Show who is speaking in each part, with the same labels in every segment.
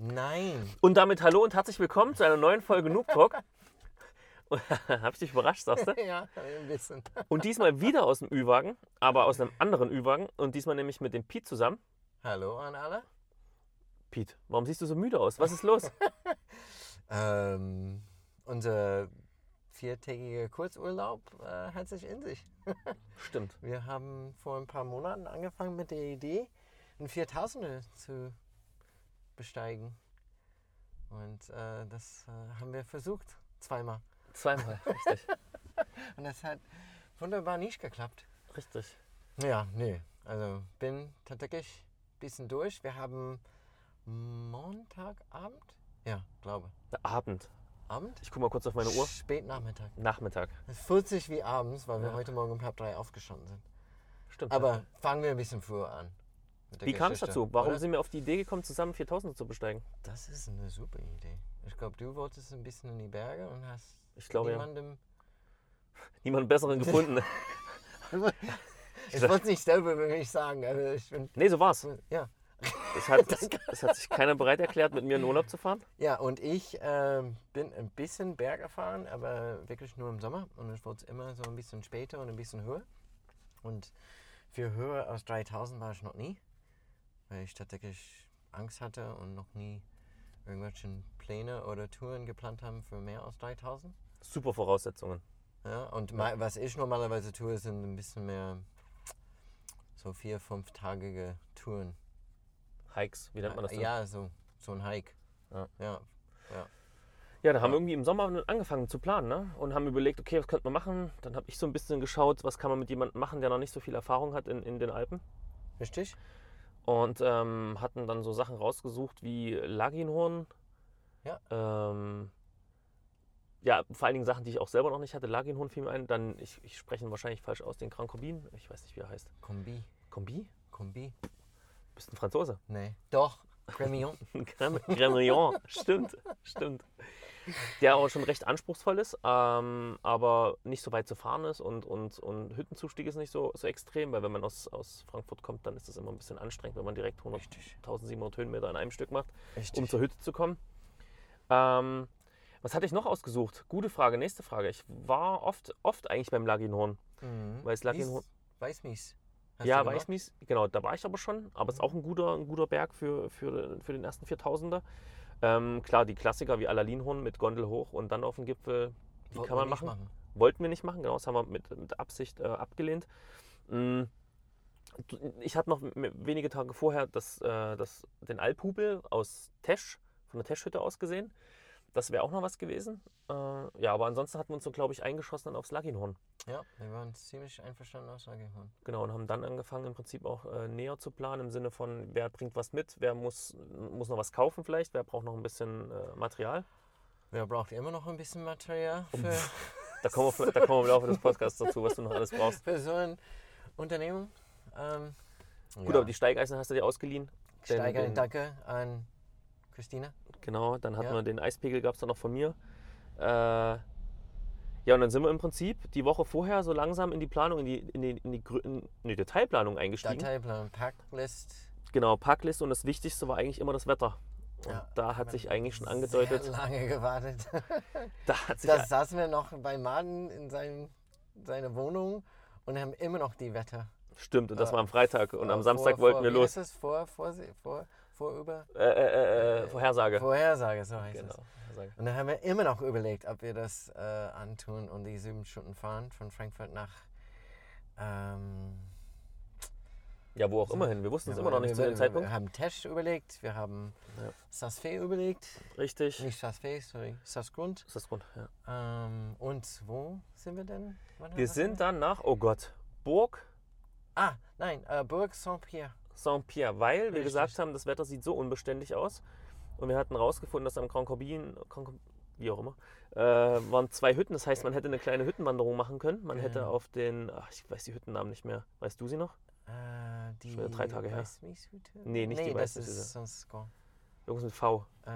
Speaker 1: Nein.
Speaker 2: Und damit hallo und herzlich willkommen zu einer neuen Folge Noob Talk. Hab ich dich überrascht, sagst du?
Speaker 1: Ja, ein bisschen.
Speaker 2: Und diesmal wieder aus dem Ü-Wagen, aber aus einem anderen Ü-Wagen. Und diesmal nämlich mit dem Piet zusammen.
Speaker 1: Hallo an alle.
Speaker 2: Piet, warum siehst du so müde aus? Was ist los?
Speaker 1: Ähm, unser viertägiger Kurzurlaub äh, hat sich in sich.
Speaker 2: Stimmt.
Speaker 1: Wir haben vor ein paar Monaten angefangen mit der Idee, einen 4000er zu besteigen. Und äh, das äh, haben wir versucht, zweimal.
Speaker 2: Zweimal. Richtig.
Speaker 1: Und das hat wunderbar nicht geklappt.
Speaker 2: Richtig.
Speaker 1: Ja, nee. Also bin tatsächlich ein bisschen durch. Wir haben Montagabend? Ja, glaube.
Speaker 2: Na, Abend.
Speaker 1: Abend?
Speaker 2: Ich guck mal kurz auf meine Uhr.
Speaker 1: Spätnachmittag.
Speaker 2: Nachmittag.
Speaker 1: Es fühlt sich wie abends, weil wir heute Morgen um halb drei aufgestanden sind.
Speaker 2: Stimmt.
Speaker 1: Aber fangen wir ein bisschen früher an. mit der
Speaker 2: Wie kam es
Speaker 1: Geschichte,
Speaker 2: dazu? Warum
Speaker 1: oder?
Speaker 2: sind wir auf die Idee gekommen, zusammen 4000 zu besteigen?
Speaker 1: Das ist eine super Idee. Ich glaube, du wolltest ein bisschen in die Berge und hast
Speaker 2: Ich glaube, ja.
Speaker 1: niemandem.
Speaker 2: Niemand besseren gefunden.
Speaker 1: Ich wollte es nicht selber über mich sagen, aber ich bin.
Speaker 2: nee, so war's.
Speaker 1: Ja.
Speaker 2: Es hat, es, es hat sich keiner bereit erklärt, mit mir in Urlaub zu fahren.
Speaker 1: Ja, und ich ähm, bin ein bisschen Berg erfahren, aber wirklich nur im Sommer. Und ich wurde immer so ein bisschen später und ein bisschen höher. Und für höher als 3000 war ich noch nie, weil ich tatsächlich Angst hatte und noch nie irgendwelche Pläne oder Touren geplant haben für mehr als 3000.
Speaker 2: Super Voraussetzungen.
Speaker 1: Ja, und ma- was ich normalerweise tue, sind ein bisschen mehr so vier, fünftagige Touren.
Speaker 2: Hikes, wie nennt man das denn?
Speaker 1: Ja, so, so ein Hike.
Speaker 2: Ja.
Speaker 1: ja.
Speaker 2: Ja, da haben wir irgendwie im Sommer angefangen zu planen ne? und haben überlegt, okay, was könnte man machen? Dann habe ich so ein bisschen geschaut, was kann man mit jemandem machen, der noch nicht so viel Erfahrung hat in, in den Alpen.
Speaker 1: Richtig?
Speaker 2: Und ähm, hatten dann so Sachen rausgesucht wie Laginhorn.
Speaker 1: Ja.
Speaker 2: Ähm, ja, vor allen Dingen Sachen, die ich auch selber noch nicht hatte. Laginhorn fiel mir ein. Dann, ich, ich spreche ihn wahrscheinlich falsch aus, den Krankobin. Ich weiß nicht, wie er heißt.
Speaker 1: Kombi.
Speaker 2: Kombi?
Speaker 1: Kombi?
Speaker 2: Bist ein Franzose.
Speaker 1: Nee. Doch. Cremillon.
Speaker 2: Grem- Gremillon, stimmt, stimmt. Der auch schon recht anspruchsvoll ist, ähm, aber nicht so weit zu fahren ist und, und, und Hüttenzustieg ist nicht so, so extrem, weil wenn man aus, aus Frankfurt kommt, dann ist das immer ein bisschen anstrengend, wenn man direkt 100,
Speaker 1: Richtig.
Speaker 2: 1700 Höhenmeter in einem Stück macht,
Speaker 1: Richtig.
Speaker 2: um zur Hütte zu kommen. Ähm, was hatte ich noch ausgesucht? Gute Frage, nächste Frage. Ich war oft, oft eigentlich beim Laginhorn.
Speaker 1: Mhm.
Speaker 2: Weil es lag in Ho-
Speaker 1: Weißmies. Hast
Speaker 2: ja,
Speaker 1: du gemacht? Mhm.
Speaker 2: Weißmies, genau, da war ich aber schon. Aber es ist auch ein guter, ein guter Berg für, für, für den ersten 4000er. Ähm, klar, die Klassiker wie Alalinhorn mit Gondel hoch und dann auf den Gipfel, die
Speaker 1: Wollten
Speaker 2: kann man
Speaker 1: wir nicht
Speaker 2: machen. Wollten wir nicht machen, genau, das haben wir mit, mit Absicht äh, abgelehnt. Mm. Ich hatte noch m- wenige Tage vorher das, äh, das, den Alphubel aus Tesch, von der Teschhütte aus gesehen. Das wäre auch noch was gewesen. Äh, ja, aber ansonsten hatten wir uns so, glaube ich, eingeschossen dann aufs Laginhorn.
Speaker 1: Ja, wir waren ziemlich einverstanden aus Lagenhorn.
Speaker 2: Genau, und haben dann angefangen, im Prinzip auch äh, näher zu planen, im Sinne von, wer bringt was mit, wer muss, muss noch was kaufen vielleicht, wer braucht noch ein bisschen äh, Material.
Speaker 1: Wer braucht immer noch ein bisschen Material
Speaker 2: Um.
Speaker 1: für,
Speaker 2: Da kommen, wir, da kommen wir im Laufe des Podcasts dazu, was du noch alles brauchst.
Speaker 1: für so ein Unternehmen? Ähm,
Speaker 2: Gut, aber die Steigeisen hast du dir ausgeliehen. Den-
Speaker 1: Steiger,
Speaker 2: den-
Speaker 1: danke an Christina.
Speaker 2: Genau, dann hatten
Speaker 1: Ja.
Speaker 2: wir den Eispegel, gab es dann noch von mir. Äh, ja, und dann sind wir im Prinzip die Woche vorher so langsam in die Planung, in die, in die, in die, Grö- in die Detailplanung eingestiegen.
Speaker 1: Dateiplan, Packlist.
Speaker 2: Genau, Packliste und das Wichtigste war eigentlich immer das Wetter. Und
Speaker 1: Ja, also
Speaker 2: da hat sich eigentlich schon
Speaker 1: Sehr
Speaker 2: angedeutet,
Speaker 1: lange gewartet.
Speaker 2: da hat sich
Speaker 1: Da saßen wir noch bei Maden in seinem, seiner Wohnung und haben immer noch die Wetter.
Speaker 2: Stimmt, und das
Speaker 1: Äh,
Speaker 2: war am Freitag und am
Speaker 1: Äh,
Speaker 2: Samstag
Speaker 1: vor,
Speaker 2: wollten
Speaker 1: vor,
Speaker 2: wir
Speaker 1: wie
Speaker 2: los.
Speaker 1: heißt es? Vor, vor, vor, vor, über,
Speaker 2: Äh, äh, äh, äh, Vorhersage.
Speaker 1: Vorhersage, so heißt es.
Speaker 2: genau, Vorhersage.
Speaker 1: Und dann haben wir immer noch überlegt, ob wir das äh, antun und die sieben Stunden fahren von Frankfurt nach. Ähm,
Speaker 2: Ja, wo auch immer hin. Wir wussten es
Speaker 1: ja,
Speaker 2: immer noch nicht
Speaker 1: wir-
Speaker 2: zu dem
Speaker 1: wir-
Speaker 2: Zeitpunkt.
Speaker 1: Wir haben Tesch überlegt, wir haben
Speaker 2: Ja.
Speaker 1: Sasfee überlegt.
Speaker 2: Richtig.
Speaker 1: Nicht Sasfee, sorry, Sasgrund.
Speaker 2: Ist das Grund? Ja.
Speaker 1: Ähm, und wo sind wir denn? Wann haben
Speaker 2: Wir sind dann nach, oh Gott, Burg
Speaker 1: Ah, nein, äh, Burg Saint-Pierre.
Speaker 2: Saint-Pierre, weil wir
Speaker 1: Richtig.
Speaker 2: gesagt haben, das Wetter sieht so unbeständig aus. Und wir hatten rausgefunden, dass am Grand Corbin, Grand Corb- wie auch immer, äh, waren zwei Hütten. Das heißt, man hätte eine kleine Hüttenwanderung machen können. Man hätte
Speaker 1: Genau.
Speaker 2: auf den, ach, ich weiß die Hüttennamen nicht mehr. Weißt du sie noch?
Speaker 1: Äh, die
Speaker 2: wieder drei Tage her.
Speaker 1: Weißmieshütte?
Speaker 2: Nee, nicht die
Speaker 1: das
Speaker 2: Weißmieshütte.
Speaker 1: ist sonst Gor-
Speaker 2: Irgendwas mit V.
Speaker 1: äh,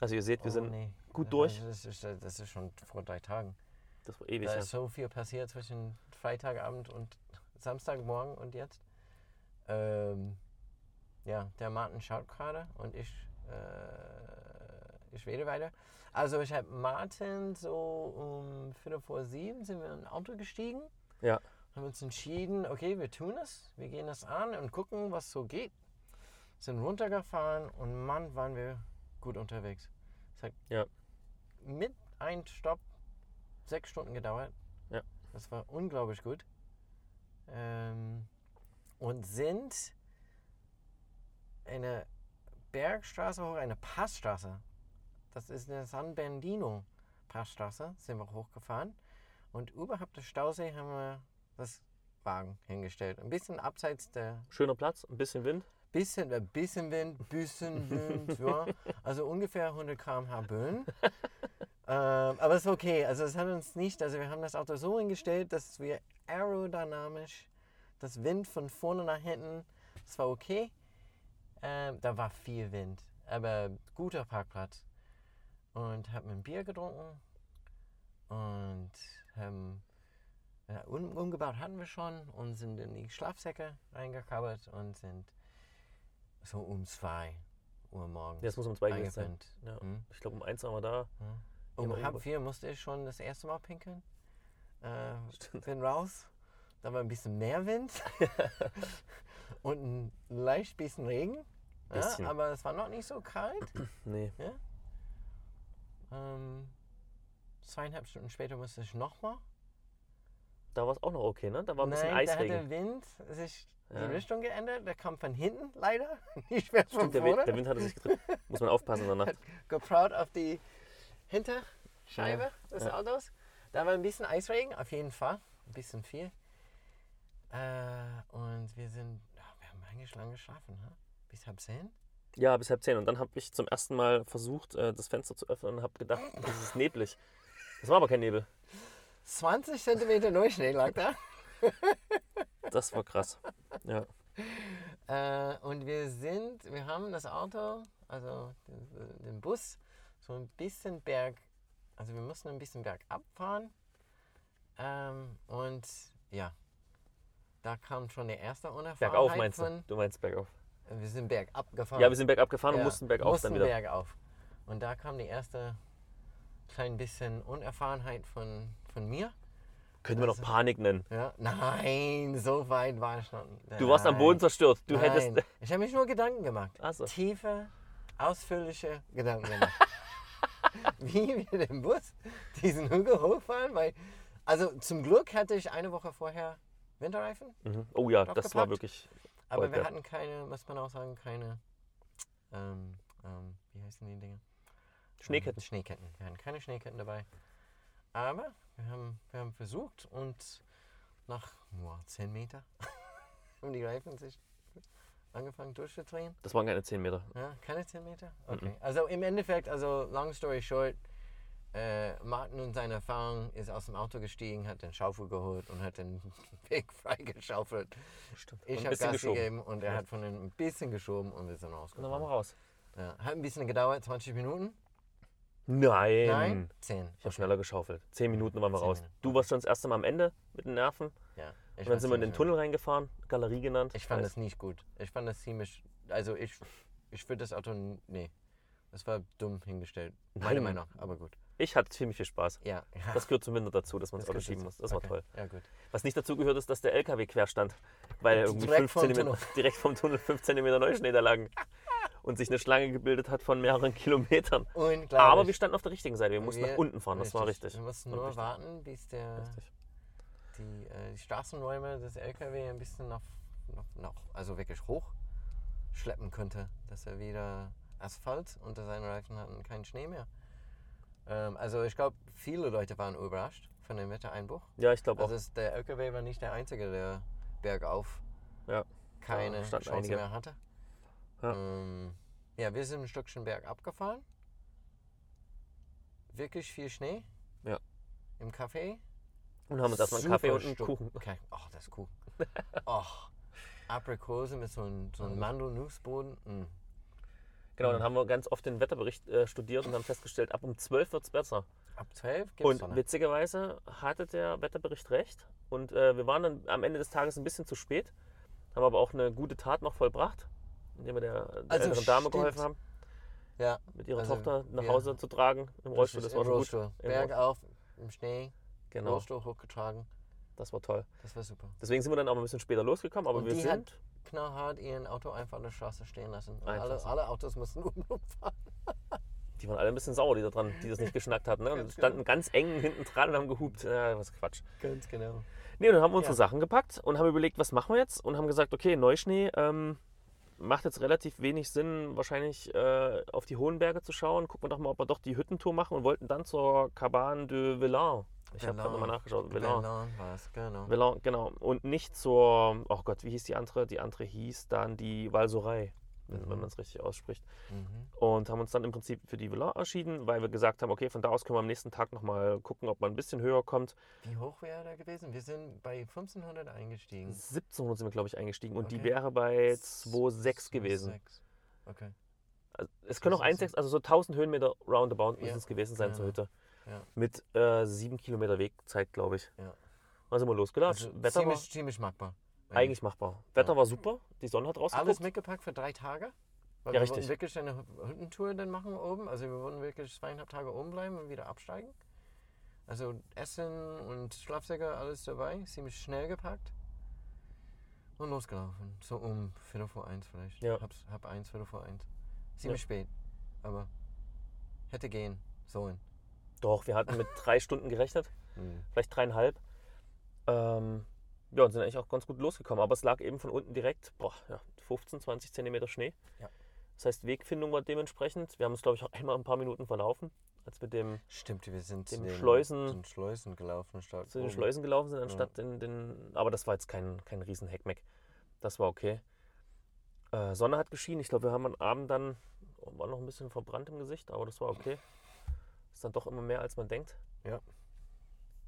Speaker 2: Also ihr seht, wir
Speaker 1: oh,
Speaker 2: sind
Speaker 1: nee.
Speaker 2: gut
Speaker 1: Äh,
Speaker 2: durch.
Speaker 1: Das ist, das ist schon vor drei Tagen.
Speaker 2: Das war ewig.
Speaker 1: Da
Speaker 2: ja.
Speaker 1: ist so viel passiert zwischen Freitagabend und Samstagmorgen und jetzt. Ähm, ja, der Martin schaut gerade und ich, äh, ich rede weiter. Also ich habe Martin so um Viertel vor sieben sind wir in ein Auto gestiegen.
Speaker 2: Ja.
Speaker 1: Haben uns entschieden, okay, wir tun es. Wir gehen das an und gucken, was so geht. Sind runtergefahren und Mann, waren wir gut unterwegs. Es hat
Speaker 2: Ja.
Speaker 1: mit einem Stopp sechs Stunden gedauert.
Speaker 2: Ja.
Speaker 1: Das war unglaublich gut. Ähm, und sind eine Bergstraße hoch, eine Passstraße. Das ist eine San Bernardino Passstraße, sind wir hochgefahren. Und überhalb des Stausee haben wir das Wagen hingestellt. Ein bisschen abseits der
Speaker 2: Schöner Platz, ein bisschen Wind.
Speaker 1: Bisschen, äh, bisschen Wind, bisschen Wind, ja. Also ungefähr 100 km/h Böen. ähm, aber ist okay. Also es hat uns nicht, also wir haben das Auto so hingestellt, dass wir aerodynamisch das Wind von vorne nach hinten, das war okay. Ähm, da war viel Wind, aber guter Parkplatz. Und haben ein Bier getrunken und haben ja, um, umgebaut hatten wir schon und sind in die Schlafsäcke reingekabbert und sind so um 2 Uhr morgens.
Speaker 2: Ja, es muss um zwei gewesen sein.
Speaker 1: eingepennt.
Speaker 2: Ja.
Speaker 1: Hm.
Speaker 2: Ich glaube, um eins waren wir da.
Speaker 1: Um
Speaker 2: aber
Speaker 1: halb
Speaker 2: über-
Speaker 1: vier musste ich schon das erste Mal pinkeln. Äh,
Speaker 2: Stimmt.
Speaker 1: bin raus. Da war ein bisschen mehr Wind und ein leicht bisschen Regen.
Speaker 2: Bisschen.
Speaker 1: Ja, aber es war noch nicht so kalt.
Speaker 2: Nee.
Speaker 1: Ähm, zweieinhalb Stunden später musste ich nochmal.
Speaker 2: Da war es auch noch okay, ne? Da war ein bisschen
Speaker 1: Nein, da hat
Speaker 2: Eisregen.
Speaker 1: der Wind sich
Speaker 2: Ja.
Speaker 1: die Richtung geändert. Der kam von hinten leider. Nicht mehr von
Speaker 2: Stimmt, der
Speaker 1: vorne.
Speaker 2: Wind, der Wind hatte sich gedreht. Muss man aufpassen danach.
Speaker 1: geprout auf die Hinterscheibe des
Speaker 2: ja.
Speaker 1: Autos. Da war ein bisschen Eisregen, auf jeden Fall. Ein bisschen viel. Äh, und wir sind, ah, wir haben eigentlich lange geschlafen, ha? bis halb zehn.
Speaker 2: Ja, bis halb zehn. Und dann habe ich zum ersten Mal versucht, äh, das Fenster zu öffnen und habe gedacht, es ist neblig. Das war aber kein Nebel.
Speaker 1: 20 Zentimeter Neuschnee lag da.
Speaker 2: Das war krass. Ja.
Speaker 1: Äh, und wir sind, wir haben das Auto, also den, den Bus, so ein bisschen berg, also wir mussten ein bisschen bergab fahren. Ähm, und ja, da kam schon der erste Unerfahrenheit
Speaker 2: Bergauf meinst
Speaker 1: von,
Speaker 2: du? Du meinst bergauf.
Speaker 1: Wir sind bergab gefahren.
Speaker 2: Ja, wir sind bergab gefahren und
Speaker 1: Ja,
Speaker 2: mussten bergauf
Speaker 1: mussten
Speaker 2: dann wieder.
Speaker 1: bergauf. Und da kam die erste klein bisschen Unerfahrenheit von, von mir.
Speaker 2: Können wir noch
Speaker 1: Also-
Speaker 2: Panik nennen.
Speaker 1: Ja, nein, so weit war ich noch nicht.
Speaker 2: Du warst am Boden zerstört. Du
Speaker 1: Nein.
Speaker 2: hättest.
Speaker 1: Ich habe mich nur Gedanken gemacht.
Speaker 2: Ach so.
Speaker 1: Tiefe, ausführliche Gedanken gemacht. Wie wir den Bus diesen Hügel hochfahren, weil. Also zum Glück hatte ich eine Woche vorher Winterreifen.
Speaker 2: Mhm. Oh ja,
Speaker 1: Doch
Speaker 2: das war
Speaker 1: gepackt.
Speaker 2: wirklich.
Speaker 1: Aber
Speaker 2: Goldberg.
Speaker 1: wir hatten keine, muss man auch sagen, keine, ähm, ähm, wie heißen die Dinge?
Speaker 2: Schneeketten.
Speaker 1: Ähm, Schneeketten. Wir hatten keine Schneeketten dabei. Aber wir haben, wir haben versucht und nach nur 10 Meter haben die Reifen sich angefangen durchzudrehen.
Speaker 2: Das waren keine 10 Meter.
Speaker 1: Ja, keine 10 Meter?
Speaker 2: Mhm.
Speaker 1: Okay. Also im Endeffekt, also long story short, äh, Martin und seine Erfahrung ist aus dem Auto gestiegen, hat den Schaufel geholt und hat den Weg freigeschaufelt.
Speaker 2: Stimmt. Und
Speaker 1: Ich
Speaker 2: ein
Speaker 1: habe
Speaker 2: bisschen
Speaker 1: Gas
Speaker 2: geschoben.
Speaker 1: gegeben und er hat von den ein bisschen geschoben und wir sind
Speaker 2: Und dann waren wir
Speaker 1: rausgekommen.
Speaker 2: raus.
Speaker 1: Ja, hat ein bisschen gedauert, 20 Minuten.
Speaker 2: Nein.
Speaker 1: Nein, 10.
Speaker 2: Ich habe schneller geschaufelt. Zehn Minuten waren wir
Speaker 1: Zehn
Speaker 2: raus.
Speaker 1: Minuten.
Speaker 2: Du warst schon das erste Mal am Ende mit den Nerven.
Speaker 1: Ja, ich
Speaker 2: Und dann
Speaker 1: fand's
Speaker 2: sind wir in den
Speaker 1: ziemlich-
Speaker 2: Tunnel reingefahren, Galerie genannt.
Speaker 1: Ich fand
Speaker 2: Weiß.
Speaker 1: das nicht gut. Ich fand das ziemlich. Also ich, ich würde das Auto. n- Nee. Das war dumm hingestellt. Meine
Speaker 2: Nein.
Speaker 1: Meinung, aber gut.
Speaker 2: Ich hatte ziemlich viel Spaß.
Speaker 1: Ja.
Speaker 2: Das gehört zum Winter dazu, dass man das Auto
Speaker 1: gehört
Speaker 2: schieben
Speaker 1: dazu.
Speaker 2: muss. Das war
Speaker 1: Okay.
Speaker 2: toll.
Speaker 1: Ja, gut.
Speaker 2: Was nicht dazu gehört ist, dass der LKW quer stand, weil er irgendwie
Speaker 1: Direkt
Speaker 2: fünf
Speaker 1: vom
Speaker 2: Zentimeter,
Speaker 1: Tunnel.
Speaker 2: direkt vom Tunnel 5 cm Neuschnee da lagen und sich eine Schlange gebildet hat von mehreren Kilometern.
Speaker 1: Unglaublich.
Speaker 2: Aber wir standen auf der richtigen Seite. Wir mussten
Speaker 1: Wir-
Speaker 2: nach unten fahren. Das war richtig.
Speaker 1: Wir mussten
Speaker 2: War
Speaker 1: nur
Speaker 2: richtig.
Speaker 1: warten, bis der,
Speaker 2: Richtig.
Speaker 1: die, äh, die Straßenräume des LKW ein bisschen noch, noch, noch, also wirklich hoch schleppen könnte, dass er wieder Asphalt unter seinen Reifen hat und keinen Schnee mehr. Ähm, also ich glaube, viele Leute waren überrascht von dem Wettereinbruch.
Speaker 2: Ja, ich glaube auch.
Speaker 1: Also es, der LKW war nicht der einzige, der bergauf
Speaker 2: Ja.
Speaker 1: keine
Speaker 2: Da standen
Speaker 1: Chance
Speaker 2: einige.
Speaker 1: mehr hatte.
Speaker 2: Ja.
Speaker 1: Ähm, ja, wir sind ein Stückchen bergab gefahren. Wirklich viel Schnee.
Speaker 2: Ja.
Speaker 1: Im Café.
Speaker 2: Und haben uns erstmal einen
Speaker 1: Super
Speaker 2: Kaffee und einen
Speaker 1: Stück.
Speaker 2: Kuchen.
Speaker 1: Okay. Ach, das ist Kuchen. Och, Aprikose mit so einem so ein Mandelnussboden. Mm. Mhm.
Speaker 2: Genau, dann haben wir ganz oft den Wetterbericht äh, studiert und haben festgestellt, ab um 12 wird es besser.
Speaker 1: Ab 12 gibt es
Speaker 2: Und
Speaker 1: Sonne.
Speaker 2: witzigerweise hatte der Wetterbericht recht. Und äh, wir waren dann am Ende des Tages ein bisschen zu spät, haben aber auch eine gute Tat noch vollbracht, indem wir der, der
Speaker 1: Also
Speaker 2: älteren Dame
Speaker 1: stimmt.
Speaker 2: geholfen haben,
Speaker 1: ja,
Speaker 2: mit ihrer
Speaker 1: Also
Speaker 2: Tochter nach
Speaker 1: wir-
Speaker 2: Hause zu tragen im Rollstuhl. Das war
Speaker 1: im
Speaker 2: schon gut.
Speaker 1: Rollstuhl.
Speaker 2: Im
Speaker 1: Berg
Speaker 2: Rollstuhl.
Speaker 1: auf, im Schnee,
Speaker 2: Genau,
Speaker 1: Rollstuhl hochgetragen.
Speaker 2: das war toll.
Speaker 1: Das war super.
Speaker 2: Deswegen sind wir dann auch ein bisschen später losgekommen, aber
Speaker 1: Und
Speaker 2: wir
Speaker 1: die
Speaker 2: sind.
Speaker 1: hat- Knallhart ihren Auto einfach an der Straße stehen lassen. Und
Speaker 2: Einfach
Speaker 1: alle,
Speaker 2: so.
Speaker 1: alle Autos mussten umfahren.
Speaker 2: Die waren alle ein bisschen sauer, die da dran, die das nicht geschnackt hatten. Ne? Und
Speaker 1: Ganz genau.
Speaker 2: standen ganz eng hinten dran und haben gehupt. Ja, was Quatsch.
Speaker 1: Ganz genau.
Speaker 2: Nee, und dann haben wir unsere
Speaker 1: Ja.
Speaker 2: Sachen gepackt und haben überlegt, was machen wir jetzt? Und haben gesagt, okay, Neuschnee ähm, macht jetzt relativ wenig Sinn, wahrscheinlich äh, auf die hohen Berge zu schauen. Gucken wir doch mal, ob wir doch die Hüttentour machen und wollten dann zur Cabane de Vellan. Ich habe
Speaker 1: Vellan.
Speaker 2: gerade nochmal nachgeschaut. Vellan.
Speaker 1: Berlin war es, genau.
Speaker 2: Vellan, genau. Und nicht zur, oh Gott, wie hieß die andere? Die andere hieß dann die Walsurei, wenn
Speaker 1: Mhm.
Speaker 2: man es richtig ausspricht
Speaker 1: Mhm.
Speaker 2: und haben uns dann im Prinzip für die Villa entschieden, weil wir gesagt haben, okay, von da aus können wir am nächsten Tag nochmal gucken, ob man ein bisschen höher kommt.
Speaker 1: Wie hoch wäre da gewesen? Wir sind bei 1500 eingestiegen.
Speaker 2: 1700 sind wir, glaube ich, eingestiegen und die
Speaker 1: Mhm. Okay.
Speaker 2: wäre bei 2,6 gewesen.
Speaker 1: 2,6. Okay.
Speaker 2: Also, es können auch
Speaker 1: 2,6.
Speaker 2: 1,6, also so 1000 Höhenmeter roundabout
Speaker 1: Ja,
Speaker 2: müssen es gewesen sein zur
Speaker 1: genau.
Speaker 2: Hütte.
Speaker 1: Ja.
Speaker 2: Mit äh, 7 Kilometer Wegzeit, glaube ich.
Speaker 1: Ja.
Speaker 2: Dann sind wir losgelatscht.
Speaker 1: Also
Speaker 2: Wetter war
Speaker 1: ziemlich, ziemlich machbar.
Speaker 2: eigentlich machbar. Wetter
Speaker 1: Ja.
Speaker 2: war super, die Sonne hat rausgeguckt.
Speaker 1: Alles mitgepackt für drei Tage. Weil
Speaker 2: Ja,
Speaker 1: wir
Speaker 2: richtig.
Speaker 1: wollten wirklich eine Hü- Hüttentour dann machen oben. Also wir wollten wirklich zweieinhalb Tage oben bleiben und wieder absteigen. Also Essen und Schlafsäcke, alles dabei. Ziemlich schnell gepackt. Und losgelaufen. So um Viertel vor eins vielleicht.
Speaker 2: Ja.
Speaker 1: Hab's, hab eins, Viertel vor eins. Ziemlich spät. Aber hätte gehen sollen.
Speaker 2: Doch, wir hatten mit drei Stunden gerechnet. vielleicht dreieinhalb. Ähm, ja, und sind eigentlich auch ganz gut losgekommen. Aber es lag eben von unten direkt boah, ja, 15, 20 Zentimeter Schnee.
Speaker 1: Ja.
Speaker 2: Das heißt, Wegfindung war dementsprechend. Wir haben uns, glaube ich, auch einmal ein paar Minuten verlaufen, als wir dem,
Speaker 1: Stimmt, wir sind
Speaker 2: Dem Schleusen-
Speaker 1: zu den Schleusen gelaufen. Statt
Speaker 2: zu den
Speaker 1: oben.
Speaker 2: Schleusen gelaufen sind, anstatt
Speaker 1: Mhm.
Speaker 2: in den. Aber das war jetzt kein, kein riesen Heckmeck. Das war okay. Äh, Sonne hat geschienen. Ich glaube, wir haben am Abend dann. oh, War noch ein bisschen verbrannt im Gesicht, aber das war okay. Ist dann doch immer mehr, als man denkt.
Speaker 1: Ja.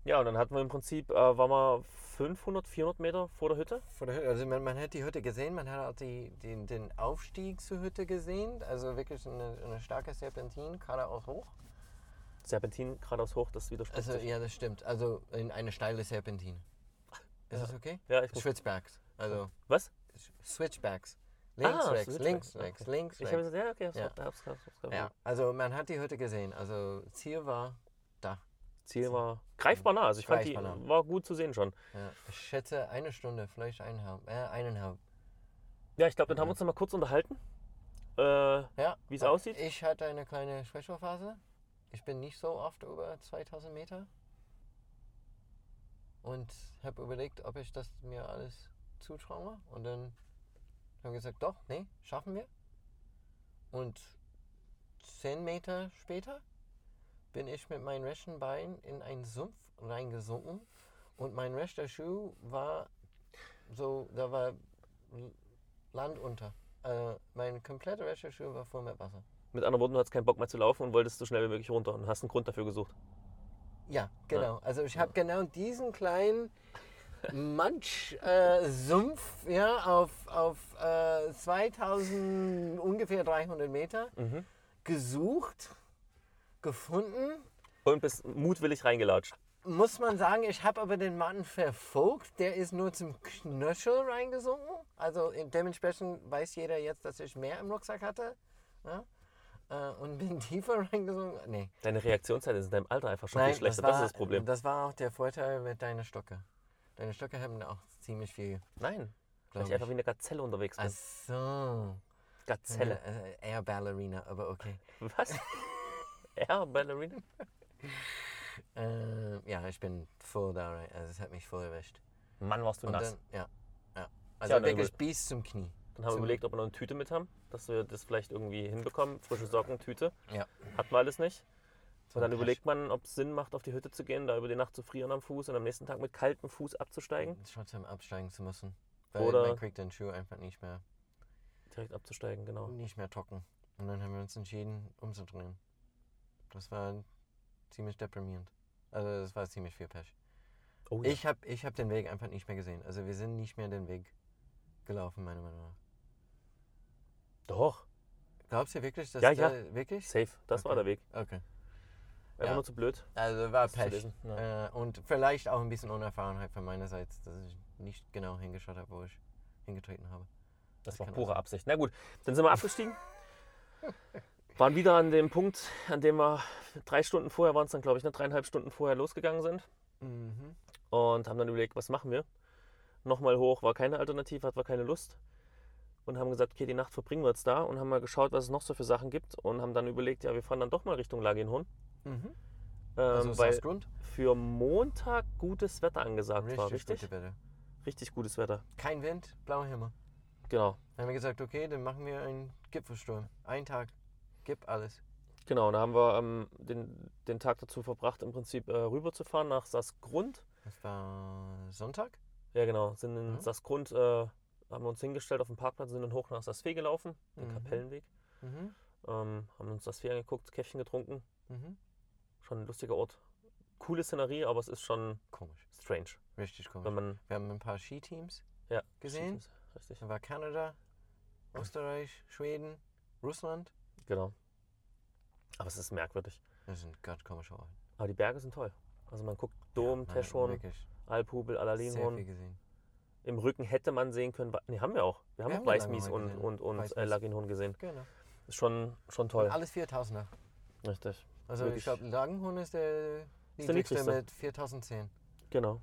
Speaker 2: Ja, und dann hatten wir im Prinzip, äh, waren wir 500, 400 Meter vor der Hütte.
Speaker 1: Vor der Hütte. Also man, man hat die Hütte gesehen, man hat auch die, den, den Aufstieg zur Hütte gesehen. Also wirklich eine, eine starke Serpentin, geradeaus hoch.
Speaker 2: Serpentin geradeaus hoch, das widerspricht
Speaker 1: Also
Speaker 2: sich.
Speaker 1: ja, das stimmt. Also in eine steile Serpentin. Ist das okay?
Speaker 2: Ja, ich muss,
Speaker 1: Switchbacks. Also
Speaker 2: was?
Speaker 1: S- Switchbacks. Links,
Speaker 2: Ah,
Speaker 1: rechts,
Speaker 2: Switchbacks,
Speaker 1: links, rechts,
Speaker 2: okay.
Speaker 1: links,
Speaker 2: Ich habe
Speaker 1: rechts.
Speaker 2: gesagt, ja, okay, hab's,
Speaker 1: Ja.
Speaker 2: hab's, hab's, hab's, hab's
Speaker 1: Ja, also man hat die Hütte gesehen. Also Ziel war da.
Speaker 2: Ziel war greifbar nah, also ich fand die,
Speaker 1: Greifbar nah.
Speaker 2: war gut zu sehen schon.
Speaker 1: Ja. Ich schätze eine Stunde, vielleicht eineinhalb. Äh, eineinhalb.
Speaker 2: Ja, ich glaube, dann haben wir uns noch mal kurz unterhalten. Äh,
Speaker 1: Ja.
Speaker 2: Wie's aussieht?
Speaker 1: Ich hatte eine kleine Schwächephase. Ich bin nicht so oft über 2000 Meter. Und habe überlegt, ob ich das mir alles zutraue. Und dann haben wir gesagt, doch, nee, schaffen wir. Und 10 Meter später bin ich mit meinem rechten Bein in einen Sumpf reingesunken. Und mein rechter Schuh war so, da war Land unter. Äh, mein kompletter rechter Schuh war voll mit Wasser.
Speaker 2: mit anderen Worten, du hattest keinen Bock mehr zu laufen und wolltest so schnell wie möglich runter und hast einen Grund dafür gesucht.
Speaker 1: Ja, genau. Also ich habe genau diesen kleinen Matsch-Sumpf ja, auf, auf äh, 2000, ungefähr 300 Meter gesucht, gefunden.
Speaker 2: Und bist mutwillig reingelatscht.
Speaker 1: Muss man sagen, ich habe aber den Mann verfolgt. Der ist nur zum Knöchel reingesunken. Also in- dementsprechend weiß jeder jetzt, dass ich mehr im Rucksack hatte. Ja? Äh, und bin tiefer reingesunken. Nee.
Speaker 2: Deine Reaktionszeit ist in deinem Alter einfach schon viel schlechter.
Speaker 1: war,
Speaker 2: das ist das Problem.
Speaker 1: Das war auch der Vorteil mit deiner Stöcke. Deine Stöcke haben auch ziemlich viel,
Speaker 2: Nein, weil
Speaker 1: glaube
Speaker 2: ich
Speaker 1: ich.
Speaker 2: einfach wie eine Gazelle unterwegs bin.
Speaker 1: Ach so.
Speaker 2: Gazelle.
Speaker 1: Äh, Eher Ballerina, aber okay.
Speaker 2: Was? ja, Ballerina?
Speaker 1: Ähm, ja, ich bin voll da rein. Also es hat mich voll erwischt.
Speaker 2: Mann, warst du
Speaker 1: Und
Speaker 2: nass.
Speaker 1: dann, ja, ja. Also
Speaker 2: dann
Speaker 1: wirklich
Speaker 2: über-
Speaker 1: bis zum Knie.
Speaker 2: Dann haben wir
Speaker 1: Zum-
Speaker 2: überlegt, ob wir noch eine Tüte mit haben, dass wir das vielleicht irgendwie hinbekommen. Frische Socken, Tüte.
Speaker 1: Ja.
Speaker 2: Hat man alles nicht.
Speaker 1: So
Speaker 2: Und dann
Speaker 1: ein
Speaker 2: überlegt man, ob es Sinn macht, auf die Hütte zu gehen, da über die Nacht zu frieren am Fuß und am nächsten Tag mit kaltem Fuß abzusteigen.
Speaker 1: Tasch- Trotzdem absteigen zu müssen. Weil
Speaker 2: Oder-
Speaker 1: man kriegt den Schuh einfach nicht mehr,
Speaker 2: Direkt abzusteigen, genau.
Speaker 1: nicht mehr trocken. Und dann haben wir uns entschieden, umzudrehen. Das war ziemlich deprimierend. Also das war ziemlich viel Pech.
Speaker 2: Oh, ja.
Speaker 1: Ich habe ich hab den Weg einfach nicht mehr gesehen. Also wir sind nicht mehr den Weg gelaufen, meiner Meinung nach.
Speaker 2: Doch,
Speaker 1: Glaubst du wirklich, dass
Speaker 2: Ja,
Speaker 1: da- wirklich?
Speaker 2: safe. Das war
Speaker 1: Okay.
Speaker 2: der Weg.
Speaker 1: Okay.
Speaker 2: Einfach
Speaker 1: Ja.
Speaker 2: nur zu blöd.
Speaker 1: Also war
Speaker 2: Das zu
Speaker 1: Pech.
Speaker 2: lesen, ja.
Speaker 1: Äh, und vielleicht auch ein bisschen Unerfahrenheit von meinerseits, dass ich nicht genau hingeschaut habe, wo ich hingetreten habe.
Speaker 2: Das
Speaker 1: Das
Speaker 2: war
Speaker 1: kann
Speaker 2: pure
Speaker 1: auch sein.
Speaker 2: Absicht. Na gut, dann sind wir abgestiegen. Waren wieder an dem Punkt, an dem wir drei Stunden vorher waren es dann, glaube ich, ne, dreieinhalb Stunden vorher losgegangen sind
Speaker 1: Mhm.
Speaker 2: und haben dann überlegt, was machen wir? Nochmal hoch, war keine Alternative, hatten wir keine Lust und haben gesagt, okay, die Nacht verbringen wir jetzt da und haben mal geschaut, was es noch so für Sachen gibt und haben dann überlegt, ja, wir fahren dann doch mal Richtung Laginhorn,
Speaker 1: Mhm.
Speaker 2: ähm,
Speaker 1: Also ist
Speaker 2: weil
Speaker 1: das Grund?
Speaker 2: für Montag gutes Wetter angesagt war, richtig?
Speaker 1: gute Wetter.
Speaker 2: Richtig gutes Wetter,
Speaker 1: Kein Wind, blauer Himmel.
Speaker 2: genau.
Speaker 1: Dann haben wir gesagt, okay, dann machen wir einen Gipfelsturm. Einen Tag. Gib alles.
Speaker 2: Genau, da haben wir ähm, den, den Tag dazu verbracht, im Prinzip äh, rüberzufahren nach Sassgrund.
Speaker 1: Das war Sonntag.
Speaker 2: Ja, genau, sind in
Speaker 1: Mhm.
Speaker 2: Sassgrund, äh, haben wir uns hingestellt auf dem Parkplatz, sind dann hoch nach Sassfee gelaufen, den
Speaker 1: Mhm.
Speaker 2: Kapellenweg.
Speaker 1: Mhm.
Speaker 2: Ähm, haben uns Sassfee angeguckt, Käffchen getrunken.
Speaker 1: Mhm.
Speaker 2: Schon ein lustiger Ort. Coole Szenerie, aber es ist schon
Speaker 1: Komisch.
Speaker 2: strange,
Speaker 1: Richtig komisch.
Speaker 2: wenn man.
Speaker 1: Wir haben ein paar Skiteams.
Speaker 2: Ja,
Speaker 1: Gesehen?
Speaker 2: schief ist. Richtig.
Speaker 1: Da war Kanada, Österreich, Schweden, Russland.
Speaker 2: Genau. Aber es ist merkwürdig.
Speaker 1: Das sind ganz komische Orte.
Speaker 2: Aber die Berge sind toll. Also man guckt Dom,
Speaker 1: nein,
Speaker 2: Teschhorn,
Speaker 1: wirklich
Speaker 2: Alphubel,
Speaker 1: Sehr viel
Speaker 2: Alalinhorn.
Speaker 1: gesehen.
Speaker 2: Im Rücken hätte man sehen können. wa- Nee, haben wir auch. Wir haben
Speaker 1: Wir
Speaker 2: auch
Speaker 1: haben
Speaker 2: Weißmies
Speaker 1: Langenhorn
Speaker 2: und,
Speaker 1: gesehen.
Speaker 2: und, und äh,
Speaker 1: Weißmies.
Speaker 2: Laginhorn gesehen.
Speaker 1: Genau.
Speaker 2: Ist schon, schon toll.
Speaker 1: Alles 4000er.
Speaker 2: Richtig.
Speaker 1: Also
Speaker 2: Wirklich.
Speaker 1: ich glaube, Lagenhorn ist der
Speaker 2: Ist der
Speaker 1: niedrigste
Speaker 2: niedrigste.
Speaker 1: mit 4010.
Speaker 2: Genau,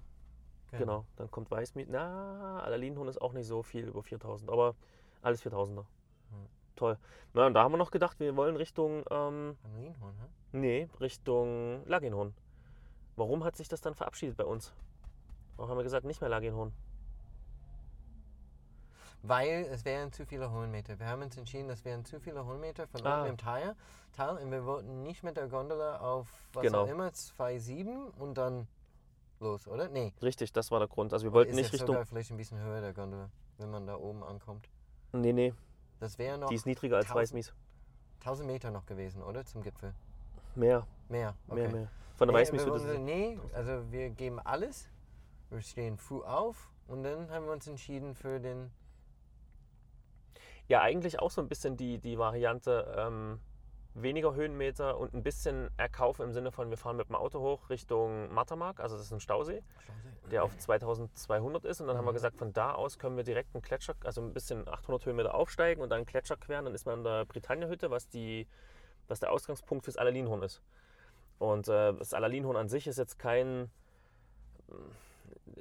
Speaker 1: Genau.
Speaker 2: genau. Dann kommt Weißmiet. Na, Alalinhorn ist auch nicht so viel über 4000, aber alles 4000er.
Speaker 1: Mhm.
Speaker 2: Toll. Na, und da haben wir noch gedacht, wir wollen Richtung, ähm,
Speaker 1: Am Lienhorn, hä?
Speaker 2: nee, Richtung Laginhorn. Warum hat sich das dann verabschiedet bei uns? Warum haben wir gesagt, nicht mehr Laginhorn?
Speaker 1: Weil es wären zu viele Höhenmeter. Wir haben uns entschieden, es wären zu viele Höhenmeter von
Speaker 2: Ah.
Speaker 1: unten im Tal, Tal und wir wollten nicht mit der Gondola auf was
Speaker 2: Genau.
Speaker 1: auch immer, 2,7 und dann los, oder? Nee.
Speaker 2: Richtig, das war der Grund. Also wir wollten
Speaker 1: ist
Speaker 2: nicht
Speaker 1: das
Speaker 2: Richtung,
Speaker 1: sogar vielleicht ein bisschen höher, der Gondola, wenn man da oben ankommt.
Speaker 2: nee, nee,
Speaker 1: Das wäre noch
Speaker 2: die ist niedriger als
Speaker 1: 1000.
Speaker 2: Weißmies.
Speaker 1: 1000 Meter noch gewesen, oder? Zum Gipfel.
Speaker 2: Mehr,
Speaker 1: Mehr, okay.
Speaker 2: mehr, mehr. Von der Weißmies
Speaker 1: wir
Speaker 2: wird es
Speaker 1: wollen- nee, also wir geben alles. Wir stehen früh auf und dann haben wir uns entschieden für den.
Speaker 2: ja eigentlich auch so ein bisschen die, die Variante ähm, weniger Höhenmeter und ein bisschen Erkauf im Sinne von, wir fahren mit dem Auto hoch Richtung Mattermark, also das ist ein Stausee, der auf 2200 ist und dann haben wir
Speaker 1: Mhm.
Speaker 2: gesagt, von da aus können wir direkt einen Gletscher, also ein bisschen 800 Höhenmeter aufsteigen und dann einen Gletscher queren, dann ist man in der Britannia-Hütte, was, die- was der Ausgangspunkt fürs Alalinhorn ist. Und äh, das Alalinhorn an sich ist jetzt kein...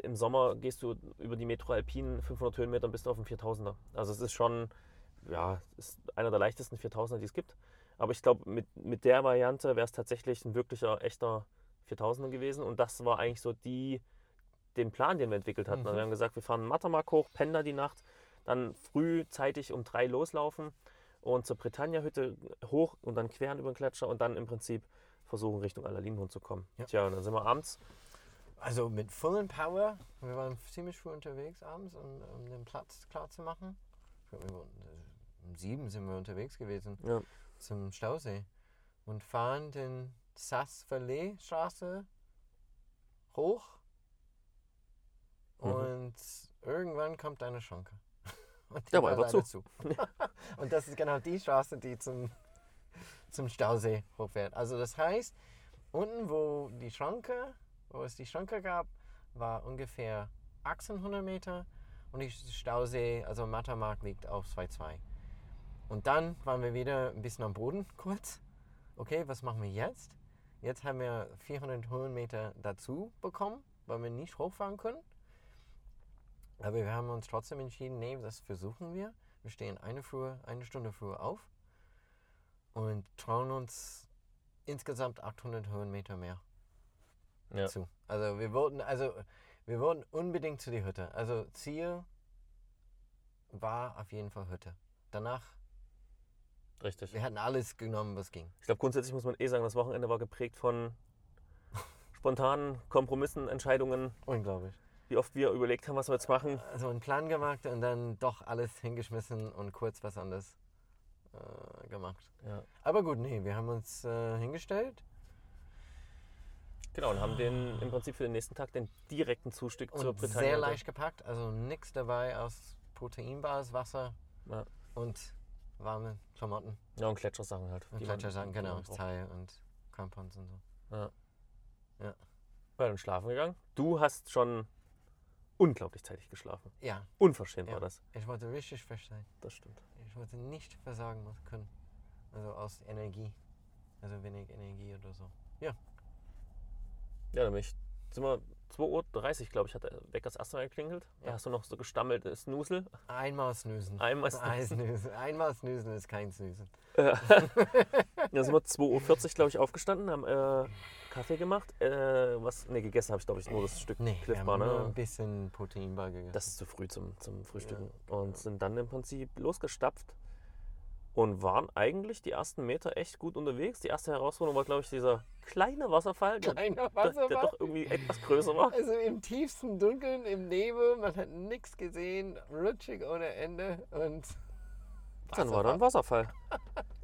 Speaker 2: Im Sommer gehst du über die Metro Alpin 500 Höhenmeter und bist auf dem 4000er. Also es ist schon, ja, ist einer der leichtesten 4000er, die es gibt. Aber ich glaube, mit, mit der Variante wäre es tatsächlich ein wirklicher, echter 4000er gewesen. Und das war eigentlich so die, den Plan, den wir entwickelt hatten. Also
Speaker 1: Mhm.
Speaker 2: wir haben gesagt, wir fahren Mattermark hoch, pennen da die Nacht, dann frühzeitig um drei loslaufen und zur Britannia-Hütte hoch und dann queren über den Gletscher und dann im Prinzip versuchen, Richtung Alalinhorn zu kommen.
Speaker 1: Ja.
Speaker 2: Tja, und dann sind wir abends
Speaker 1: Also mit vollen Power. Wir waren ziemlich früh unterwegs abends, um, um den Platz klar zu machen. Ich glaub, wir wurden, äh, um sieben sind wir unterwegs gewesen
Speaker 2: Ja.
Speaker 1: zum Stausee und fahren den Sass-Verlee-Straße hoch
Speaker 2: Mhm.
Speaker 1: und irgendwann kommt eine Schranke. Und
Speaker 2: Ja, aber
Speaker 1: war
Speaker 2: einfach
Speaker 1: leider zu. und das ist genau die Straße, die zum, zum Stausee hochfährt. Also das heißt, unten, wo die Schranke, wo es die Schranke gab, war ungefähr 1800 Meter und die Stausee, also Mattermark, liegt auf 2,2. Und dann waren wir wieder ein bisschen am Boden kurz. Okay, was machen wir jetzt? Jetzt haben wir 400 Höhenmeter dazu bekommen, weil wir nicht hochfahren können. Aber wir haben uns trotzdem entschieden, nee, das versuchen wir. Wir stehen eine, früher, eine Stunde früher auf und trauen uns insgesamt 800 Höhenmeter mehr
Speaker 2: Ja.
Speaker 1: zu. Also wir wollten, also wir wollten unbedingt zu die Hütte. Also Ziel war auf jeden Fall Hütte. Danach,
Speaker 2: Richtig.
Speaker 1: wir hatten alles genommen, was ging.
Speaker 2: Ich glaube, grundsätzlich muss man eh sagen, das Wochenende war geprägt von spontanen Kompromissen, Entscheidungen,
Speaker 1: Unglaublich.
Speaker 2: wie oft wir überlegt haben, was wir jetzt machen.
Speaker 1: Also einen Plan gemacht und dann doch alles hingeschmissen und kurz was anderes äh, gemacht. Aber gut, nee, wir haben uns äh, hingestellt
Speaker 2: Genau, und haben den im Prinzip für den nächsten Tag den direkten Zustieg zur
Speaker 1: und
Speaker 2: Britannia.
Speaker 1: sehr leicht gepackt. Also nichts dabei aus proteinbares Wasser
Speaker 2: Ja.
Speaker 1: und warme Klamotten.
Speaker 2: Ja, und Gletschersachen halt.
Speaker 1: Und
Speaker 2: die man-
Speaker 1: Gletschersachen,
Speaker 2: die man
Speaker 1: genau,
Speaker 2: braucht.
Speaker 1: Teil und Crampons und so.
Speaker 2: Wir dann schlafen gegangen. Du hast schon unglaublich zeitig geschlafen.
Speaker 1: Ja,
Speaker 2: Unverschämt
Speaker 1: Ja.
Speaker 2: war das.
Speaker 1: ich wollte richtig frisch sein.
Speaker 2: Das stimmt.
Speaker 1: Ich wollte nicht versagen muss- können. Also aus Energie. Also wenig Energie oder so.
Speaker 2: Ja, nämlich sind wir 2.30 Uhr, glaube ich, hat der Wecker das erste Mal geklingelt. Da
Speaker 1: Ja.
Speaker 2: hast du noch so gestammelt, äh, Snusel.
Speaker 1: Einmal snoosen.
Speaker 2: Einmal
Speaker 1: Ein snoosen. Einmal snoosen ist kein Snoosen.
Speaker 2: Äh, da sind wir 2.40 Uhr, glaube ich, aufgestanden, haben äh, Kaffee gemacht. Äh, was? Ne, gegessen habe ich, glaube ich, nur das Stück
Speaker 1: Nee, wir
Speaker 2: Cliff
Speaker 1: haben
Speaker 2: Bar.
Speaker 1: nur
Speaker 2: Ne?
Speaker 1: ein bisschen Proteinbar gegessen.
Speaker 2: Das ist zu früh zum, zum Frühstücken. Und sind dann im Prinzip losgestapft und waren eigentlich die ersten Meter echt gut unterwegs. Die erste Herausforderung war, glaube ich, dieser kleine Wasserfall, der,
Speaker 1: Kleiner
Speaker 2: der, der doch irgendwie etwas größer war.
Speaker 1: Also im tiefsten Dunkeln, im Nebel, man hat nichts gesehen, rutschig ohne Ende und
Speaker 2: Dann war da ein Wasserfall.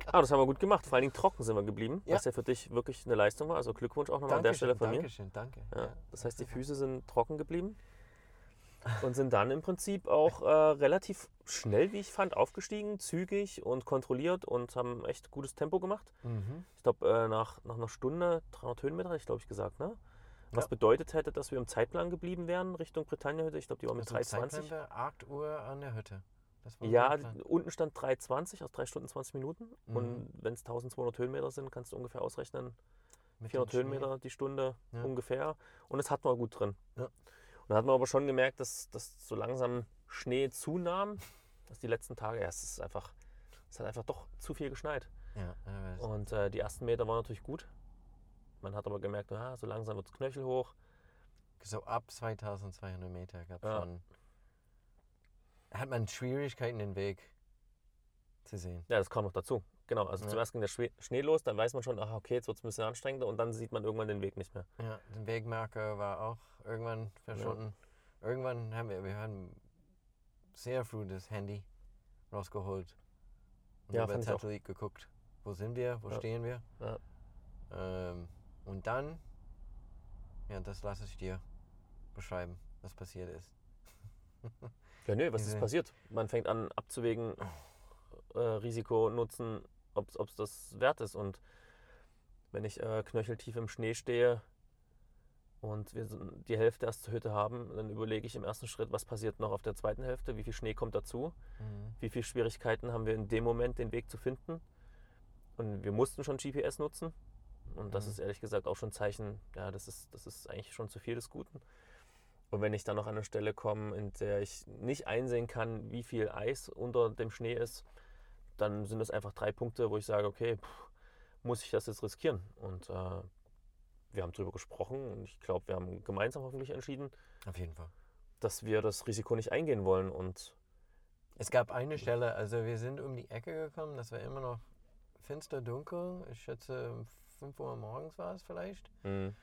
Speaker 2: Aber das haben wir gut gemacht. Vor allen Dingen trocken sind wir geblieben,
Speaker 1: Ja.
Speaker 2: was ja für dich wirklich eine Leistung war. Also Glückwunsch auch nochmal an der Stelle von mir.
Speaker 1: Dankeschön, danke.
Speaker 2: Ja. Das heißt, die Füße sind trocken geblieben und sind dann im Prinzip auch äh, relativ schnell, wie ich fand, aufgestiegen, zügig und kontrolliert und haben echt gutes Tempo gemacht.
Speaker 1: Mhm.
Speaker 2: Ich glaube, äh, nach, nach einer Stunde 300 Höhenmeter, hatte ich glaube ich gesagt, ne? Was
Speaker 1: Ja.
Speaker 2: bedeutet hätte, dass wir im Zeitplan geblieben wären Richtung Britannierhütte. Ich glaube, die war mit
Speaker 1: Also
Speaker 2: 3,20.
Speaker 1: 8 Uhr an der Hütte. Das war
Speaker 2: Ja,
Speaker 1: unser Plan.
Speaker 2: unten stand 3,20 aus 3 Stunden 20 Minuten.
Speaker 1: Mhm.
Speaker 2: Und wenn es 1200 Höhenmeter sind, kannst du ungefähr ausrechnen,
Speaker 1: Mit
Speaker 2: 400
Speaker 1: dem Schnee.
Speaker 2: Höhenmeter die Stunde
Speaker 1: Ja.
Speaker 2: ungefähr. Und das hatten wir gut drin.
Speaker 1: Ja.
Speaker 2: Und da hat man aber schon gemerkt, dass, dass so langsam Schnee zunahm. Dass die letzten Tage, ja, es ist einfach, es hat einfach doch zu viel geschneit.
Speaker 1: Ja, aber das-
Speaker 2: Und äh, die ersten Meter waren natürlich gut. Man hat aber gemerkt, ah, so langsam wird es knöchelhoch.
Speaker 1: so ab 2200 Meter gab
Speaker 2: Ja.
Speaker 1: schon. Hat man Schwierigkeiten, den Weg zu sehen.
Speaker 2: Ja, das kam noch dazu. Genau, also
Speaker 1: Ja.
Speaker 2: zuerst ging der Schwe- Schnee los, dann weiß man schon, ah, okay, jetzt wird es ein bisschen anstrengender und dann sieht man irgendwann den Weg nicht mehr.
Speaker 1: Ja, der Wegmarker war auch irgendwann verschwunden. Irgendwann haben wir, wir haben sehr früh das Handy rausgeholt und
Speaker 2: Ja,
Speaker 1: über
Speaker 2: fand ich auch.
Speaker 1: Satellit geguckt. Wo sind wir? Wo
Speaker 2: Ja.
Speaker 1: stehen wir?
Speaker 2: Ja.
Speaker 1: Ähm, und dann, ja, das lasse ich dir beschreiben, was passiert ist.
Speaker 2: Ja, nö, was ist
Speaker 1: Diese-
Speaker 2: passiert? Man fängt an abzuwägen, äh, Risiko, Nutzen, ob es das wert ist. Und wenn ich äh, knöcheltief im Schnee stehe und wir sind- die Hälfte erst zur Hütte haben, dann überlege ich im ersten Schritt, was passiert noch auf der zweiten Hälfte, wie viel Schnee kommt dazu,
Speaker 1: Mhm.
Speaker 2: wie viele Schwierigkeiten haben wir in dem Moment, den Weg zu finden. Und wir mussten schon GPS nutzen. Und das
Speaker 1: Mhm.
Speaker 2: ist ehrlich gesagt auch schon ein Zeichen, ja, das ist, das ist eigentlich schon zu viel des Guten. Und wenn ich dann noch an eine Stelle komme, in der ich nicht einsehen kann, wie viel Eis unter dem Schnee ist, dann sind das einfach drei Punkte, wo ich sage, okay, pff, muss ich das jetzt riskieren? Und äh, wir haben drüber gesprochen und ich glaube, wir haben gemeinsam hoffentlich entschieden,
Speaker 1: Auf jeden Fall.
Speaker 2: dass wir das Risiko nicht eingehen wollen. Und
Speaker 1: Es gab eine Stelle, also wir sind um die Ecke gekommen, das war immer noch finster dunkel. Ich schätze, um 5 Uhr morgens war es vielleicht.
Speaker 2: mh,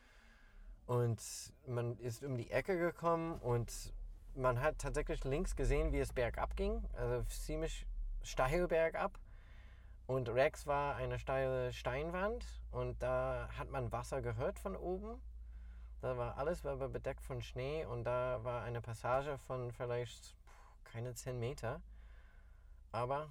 Speaker 1: Und man ist um die Ecke gekommen und man hat tatsächlich links gesehen, wie es bergab ging. Also ziemlich steil bergab. Und rechts war eine steile Steinwand und da hat man Wasser gehört von oben. Da war alles war aber bedeckt von Schnee und da war eine Passage von vielleicht puh, keine 10 Meter. Aber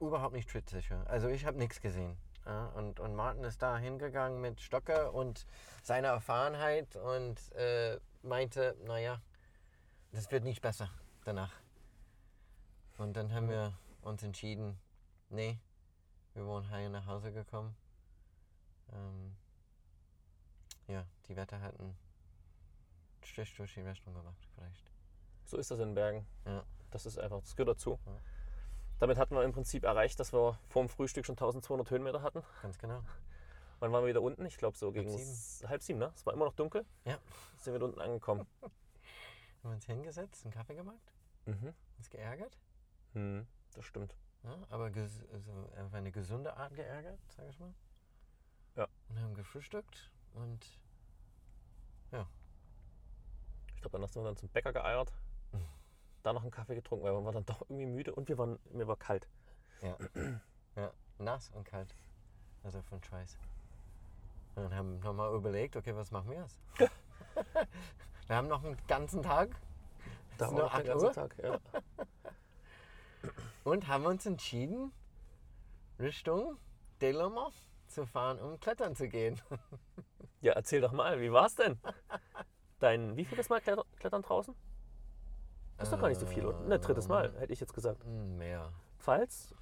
Speaker 1: überhaupt nicht trittsicher. Also ich habe nichts gesehen. Ja, und, und Martin ist da hingegangen mit Stöcke und seiner Erfahrenheit und äh, meinte, naja, das wird nicht besser danach. Und dann haben wir uns entschieden, nee, wir wurden heil nach Hause gekommen. Ähm, ja, die Wetter hatten einen Strich durch die Rechnung gemacht vielleicht.
Speaker 2: so ist das in Bergen.
Speaker 1: Ja.
Speaker 2: Das ist einfach, das gehört dazu.
Speaker 1: Ja.
Speaker 2: Damit hatten wir im Prinzip erreicht, dass wir vor dem Frühstück schon 1200 Höhenmeter hatten.
Speaker 1: Ganz genau.
Speaker 2: Wann waren wir wieder unten? Ich glaube so gegen
Speaker 1: sieben.
Speaker 2: s- halb sieben, ne? Es war immer noch dunkel.
Speaker 1: Ja.
Speaker 2: Sind wir da unten angekommen.
Speaker 1: Haben wir uns hingesetzt, einen Kaffee gemacht,
Speaker 2: Mhm.
Speaker 1: uns geärgert.
Speaker 2: Hm, das stimmt.
Speaker 1: Ja, aber ges also auf eine gesunde Art geärgert, sag ich mal.
Speaker 2: Ja.
Speaker 1: Und haben gefrühstückt und
Speaker 2: Ich glaube, danach sind wir dann zum Bäcker geeiert.
Speaker 1: Mhm.
Speaker 2: Da noch einen Kaffee getrunken, weil wir waren dann doch irgendwie müde und wir waren, mir war kalt.
Speaker 1: ja, nass und kalt. Also von Schweiß. Und dann haben wir nochmal überlegt, okay, was machen wir jetzt? wir haben noch einen ganzen Tag
Speaker 2: Da
Speaker 1: Ist nur
Speaker 2: waren wir noch den
Speaker 1: acht
Speaker 2: ganzen
Speaker 1: Uhr?
Speaker 2: Tag. Ja.
Speaker 1: und haben uns entschieden, Richtung Delamo zu fahren, um klettern zu gehen.
Speaker 2: Ja, erzähl doch mal, wie war's denn? Dein, wie vieles Mal Kletter- klettern draußen? Ist doch gar nicht so viel, oder? Ne, drittes
Speaker 1: Ähm.
Speaker 2: Mal, hätte ich jetzt gesagt.
Speaker 1: Hm, Mehr.
Speaker 2: Pfalz,